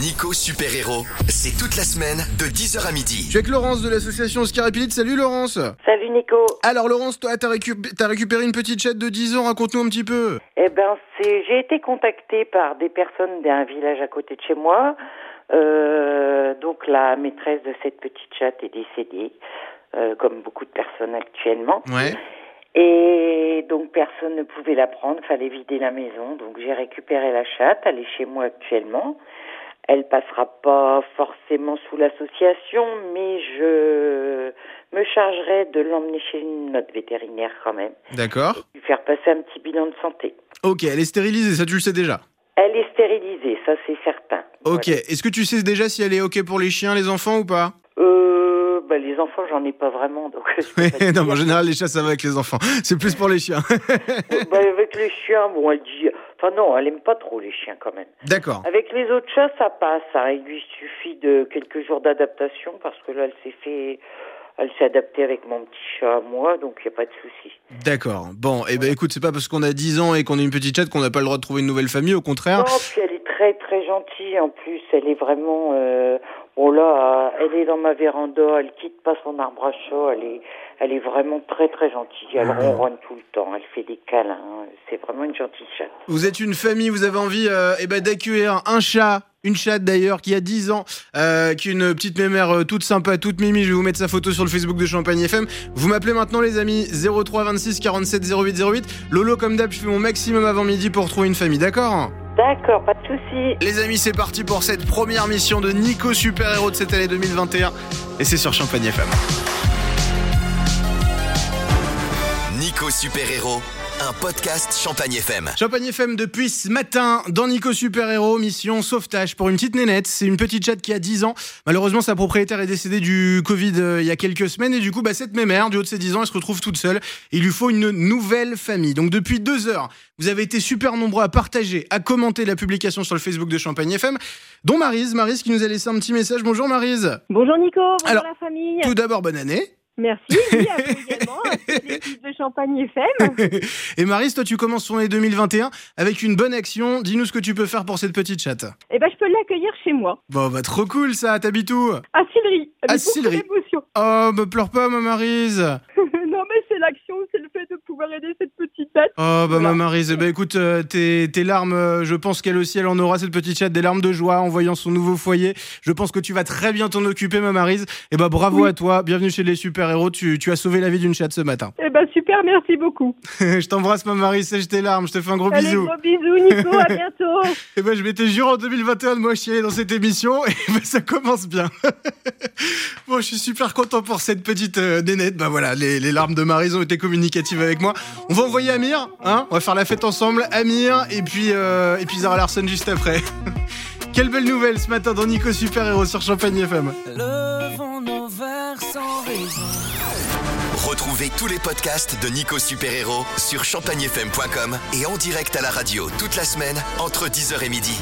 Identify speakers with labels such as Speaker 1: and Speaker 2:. Speaker 1: Nico Super Héros, c'est toute la semaine de 10h à midi.
Speaker 2: Je suis avec Laurence de l'association Scaripilite. Salut Laurence
Speaker 3: Salut Nico.
Speaker 2: Alors Laurence, toi, t'as récup- t'as récupéré une petite chatte de 10 ans, raconte-nous un petit peu.
Speaker 3: Eh ben, c'est, j'ai été contactée par des personnes d'un village à côté de chez moi. Euh, donc la maîtresse de cette petite chatte est décédée, euh, comme beaucoup de personnes actuellement.
Speaker 2: Ouais.
Speaker 3: Et donc personne ne pouvait la prendre, fallait vider la maison. Donc j'ai récupéré la chatte, elle est chez moi actuellement. Elle passera pas forcément sous l'association, mais je me chargerai de l'emmener chez une autre vétérinaire quand même,
Speaker 2: D'accord.
Speaker 3: lui faire passer un petit bilan de santé.
Speaker 2: Ok, elle est stérilisée, ça tu le sais déjà.
Speaker 3: Elle est stérilisée, ça c'est certain.
Speaker 2: Ok,
Speaker 3: Voilà.
Speaker 2: est-ce que tu sais déjà si elle est ok pour les chiens, les enfants ou pas
Speaker 3: Euh, bah, les enfants, j'en ai pas vraiment. Donc, je peux pas
Speaker 2: Non, mais en
Speaker 3: dire.
Speaker 2: général, les chats, ça va avec les enfants. C'est plus pour les chiens.
Speaker 3: Bah, avec les chiens, bon, elle dit. Enfin, non, elle aime pas trop les chiens quand même.
Speaker 2: D'accord.
Speaker 3: Avec les autres chats, ça passe. hein. Il lui suffit de quelques jours d'adaptation parce que là, elle s'est fait. Elle s'est adaptée avec mon petit chat à moi, donc il n'y a pas de souci.
Speaker 2: D'accord. Bon, et ben écoute, c'est pas parce qu'on a 10 ans et qu'on est une petite chatte qu'on n'a pas le droit de trouver une nouvelle famille, au contraire.
Speaker 3: Non, puis elle est très très gentille en plus. Elle est vraiment. euh, bon là, euh, elle est dans ma véranda, elle quitte pas son arbre à chat. Elle est, elle est vraiment très très gentille. Elle ronronne tout le temps, elle fait des câlins. C'est vraiment une gentille chatte.
Speaker 2: Vous êtes une famille, vous avez envie euh, eh ben, d'accueillir un chat, une chatte d'ailleurs, qui a 10 ans, euh, qui est une petite mémère euh, toute sympa, toute mimi. Je vais vous mettre sa photo sur le Facebook de Champagne FM. Vous m'appelez maintenant, les amis, 03 26 47 08 08. Lolo, comme d'hab, je fais mon maximum avant midi pour trouver une famille, d'accord
Speaker 3: D'accord, pas de souci.
Speaker 2: Les amis, c'est parti pour cette première mission de Nico Super Héros de cette année 2021. Et c'est sur Champagne FM.
Speaker 1: Nico Super Héros, un podcast Champagne FM.
Speaker 2: Champagne FM depuis ce matin dans Nico Super Héros, mission sauvetage pour une petite nénette. C'est une petite chatte qui a 10 ans. Malheureusement, sa propriétaire est décédée du Covid euh, il y a quelques semaines et du coup, bah, cette mémère, du haut de ses 10 ans, elle se retrouve toute seule. Il lui faut une nouvelle famille. Donc depuis deux heures, vous avez été super nombreux à partager, à commenter la publication sur le Facebook de Champagne FM, dont Marise, Marise qui nous a laissé un petit message. Bonjour Marise.
Speaker 4: Bonjour Nico, bonjour
Speaker 2: Alors,
Speaker 4: la famille.
Speaker 2: Tout d'abord, bonne année.
Speaker 4: Merci, oui, à vous également, à toute l'équipe de Champagne FM.
Speaker 2: Et Marise, toi, tu commences ton année 2021 avec une bonne action. Dis-nous ce que tu peux faire pour cette petite chatte.
Speaker 4: Eh ben, je peux l'accueillir chez moi,
Speaker 2: Bon, bah trop cool ça, t'habites où
Speaker 4: à Sillery.
Speaker 2: À
Speaker 4: Mais beaucoup
Speaker 2: Sillery.
Speaker 4: d'émotion.
Speaker 2: Oh, bah pleure pas ma Marise
Speaker 4: non mais c'est l'action, c'est le fait de pouvoir aider cette petite bête.
Speaker 2: Oh, bah ma
Speaker 4: Voilà.
Speaker 2: Marise, bah écoute, euh, tes, tes larmes, euh, je pense qu'elle aussi, elle en aura cette petite chatte, des larmes de joie en voyant son nouveau foyer. Je pense que tu vas très bien t'en occuper ma Marise. Et bah bravo à toi, bienvenue chez les super-héros, tu, tu as sauvé la vie d'une chatte ce matin.
Speaker 4: Eh ben super, merci beaucoup.
Speaker 2: je t'embrasse ma Marise, sèche tes larmes, je te fais un gros
Speaker 4: Allez,
Speaker 2: bisou.
Speaker 4: gros bisous Nico, à bientôt.
Speaker 2: Et bah je m'étais juré en 2021 de moi chier dans cette émission, et bah ça commence bien. bon, je suis super content pour cette petite euh, nénette. Bah voilà, les, les larmes de Marise ont été communicatives avec moi. On va envoyer Amir, hein On va faire la fête ensemble, Amir, et puis, euh, et puis Zara Larson juste après. Quelle belle nouvelle ce matin dans Nico Super Héros sur Champagne FM.
Speaker 5: Levons nos verres sans raison.
Speaker 1: Retrouvez tous les podcasts de Nico Super Héros sur champagnefm.com et en direct à la radio toute la semaine entre 10h et midi.